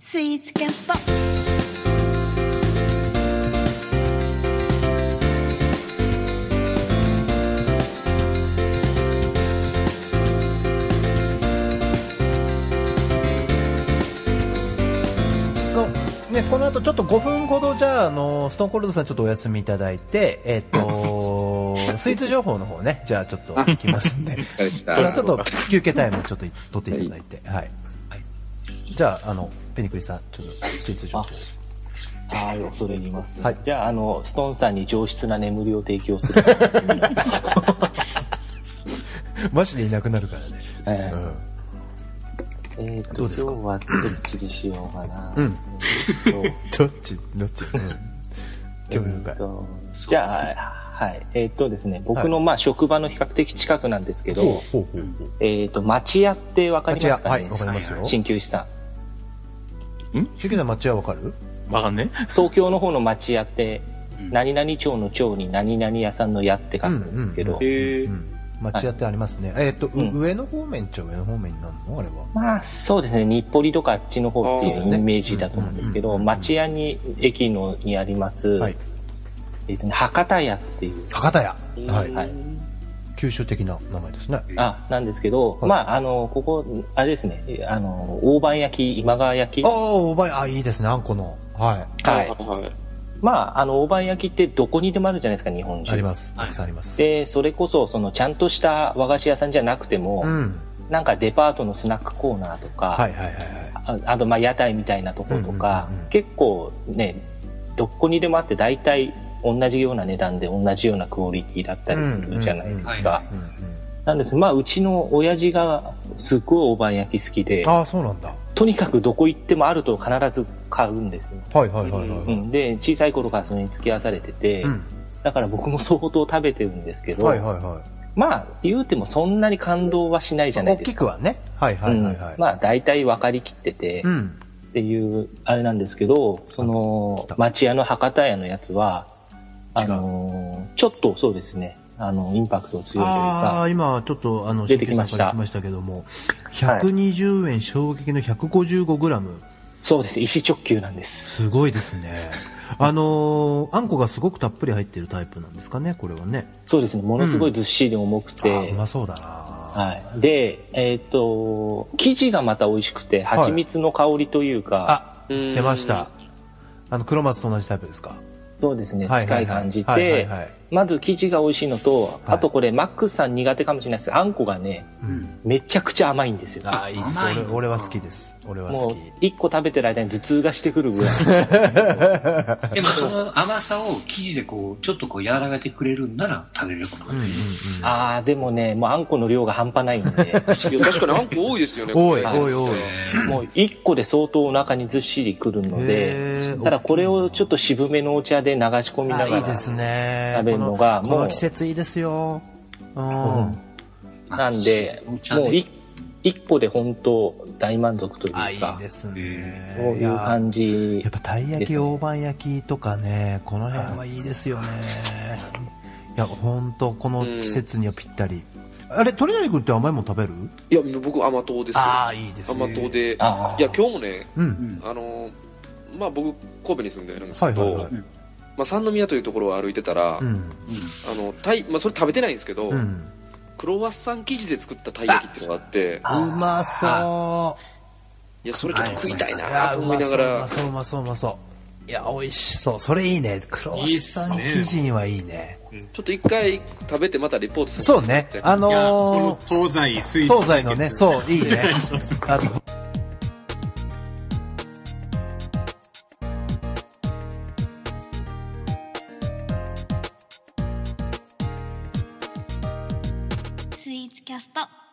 スイーツキャストのね、この後ちょっと5分ほどじゃああのストーンコールドさんちょっとお休みいただいて、えっ とスイーツ情報の方ねじゃあちょっと行きますん で疲れしたじゃあちょっと休憩タイムちょっと取っていただいて、はいじゃああのペニクリさんちょっとスイーツ情報はい、恐れ入ります。はいじゃあ、あの、ストーンさんに上質な眠りを提 供する。マジでいなくなるからね、えうーんえーと、どうですか今日はどっちにしようかな。うんえーとどっちどっち、 うん、興味深いえー、とじゃあ、はい。えーっとですね、僕の、まあ、職場の比較的近くなんですけほど、うほうほうほうえーっと、町屋ってわかり町ま屋すかはいねわかりますよ鍼灸師さん。中継さん町屋わかるわかんね東京の方の町屋って、何々町の町に何々屋さんの屋って書くんですけうど、んえうー、ん町屋ってありますね、えっと、ううん上の方面っちゃ上の方面になるのあれはまあそうですね日暮里とかあっちの方ってあそうーいだうねイメージだと思うんですけうんうんどうん町屋に駅のにあります、はいえーとね、博多屋っていう、博多屋、はいはい、九州的な名前ですねあなんですけど、はいまああのここあれですねあの大判焼き今川焼きああおばいあいいですねあんこのははいはい。まああの大判焼きってどこにでもあるじゃないですか日本いあり中ますたくさんあります、でそれこそそのちゃんとした和菓子屋さんじゃなくても、うんなんかデパートのスナックコーナーとか、はいはいはいはいああとまあ屋台みたいなところとか、うんうんうんうん結構ねどこにでもあって大体同じような値段で同じようなクオリティだったりするじゃないですか、うんうんうんはうんうんなんですまあうちの親父がすっごい大判焼き好きでああそうなんだとにかくどこ行ってもあると必ず買うんですよ、はいはいはいはい、ううんん、で小さい頃からそれに付き合わされてて、だから僕も相当食べてるんですけど、はいはいはいまあ言うてもそんなに感動はしないじゃない大できすくかはねはいはいはいはい、うん、まあ大体分かりきってて、うんっていうあれなんですけどその来た町屋の博多屋のやつはあのちょっとそうですねあのインパクト強いというああかー今ちょっとあの出てきま新旧さしたんから来ましたけども120円衝撃の 155g そうです石直球なんですすごいですねあのーあんこがすごくたっぷり入ってるタイプなんですかねこれはねそうですねものすごいずっしり重くあて、ーうまそうだなはい、でえっ、と生地がまた美味しくてはい蜂蜜の香りというか、あうん出ましたあの黒松と同じタイプですかそうですねは近いはいはいい感じはいはいではいまず生地が美味しいのと、はいあとこれマックスさん苦手かもしれないですけどあんこがねうんめちゃくちゃ甘いんですよあーいいです甘いの俺俺は好きです俺はも好うき1個食べてる間に頭痛がしてくるぐらいでもその甘さを生地でこう、ちょっとこう和らげてくれるんなら食べれるかもうんうんああ、でもね、もうあんこの量が半端ない んで、いや確かにあんこ多いですよね。うん多いこれ多い多いもう1個で相当お腹にずっしりくるので、へーただこれをちょっと渋めのお茶で流し込みながあら、いいですね食べるのこのがこものう季節いいですようん、んなんで、もう茶ね 1, 個で本当大満足というあいかい、ですねへそういうや感じやっ。ぱたい焼き大判焼きとかねこの辺はいいですよねいや本当この季節にはぴったりあれ鳥谷君って甘いもん食べるいや、僕甘党ですよ。ああいいですね甘党で。いや、あー今日もね、うんあのー、まあ僕、神戸に住んでるんですはけいど、はいはいまあ三宮というところを歩いてたら、うんあの、タイ、まあそれ食べてないんですけど、うんクロワッサン生地で作ったたい焼きっていうのがあって、うまそいや、それちょっと食いたいういなやとう思いまなそがううまら、そううまそううまそういや美味しそうそれいいねクロワッサンいいっす生ね地にはいいねちょっと一回食べてまたリポートさせてそうねいあやこののー東西スイーツ東西のねそういい ねあとスイーツキャスト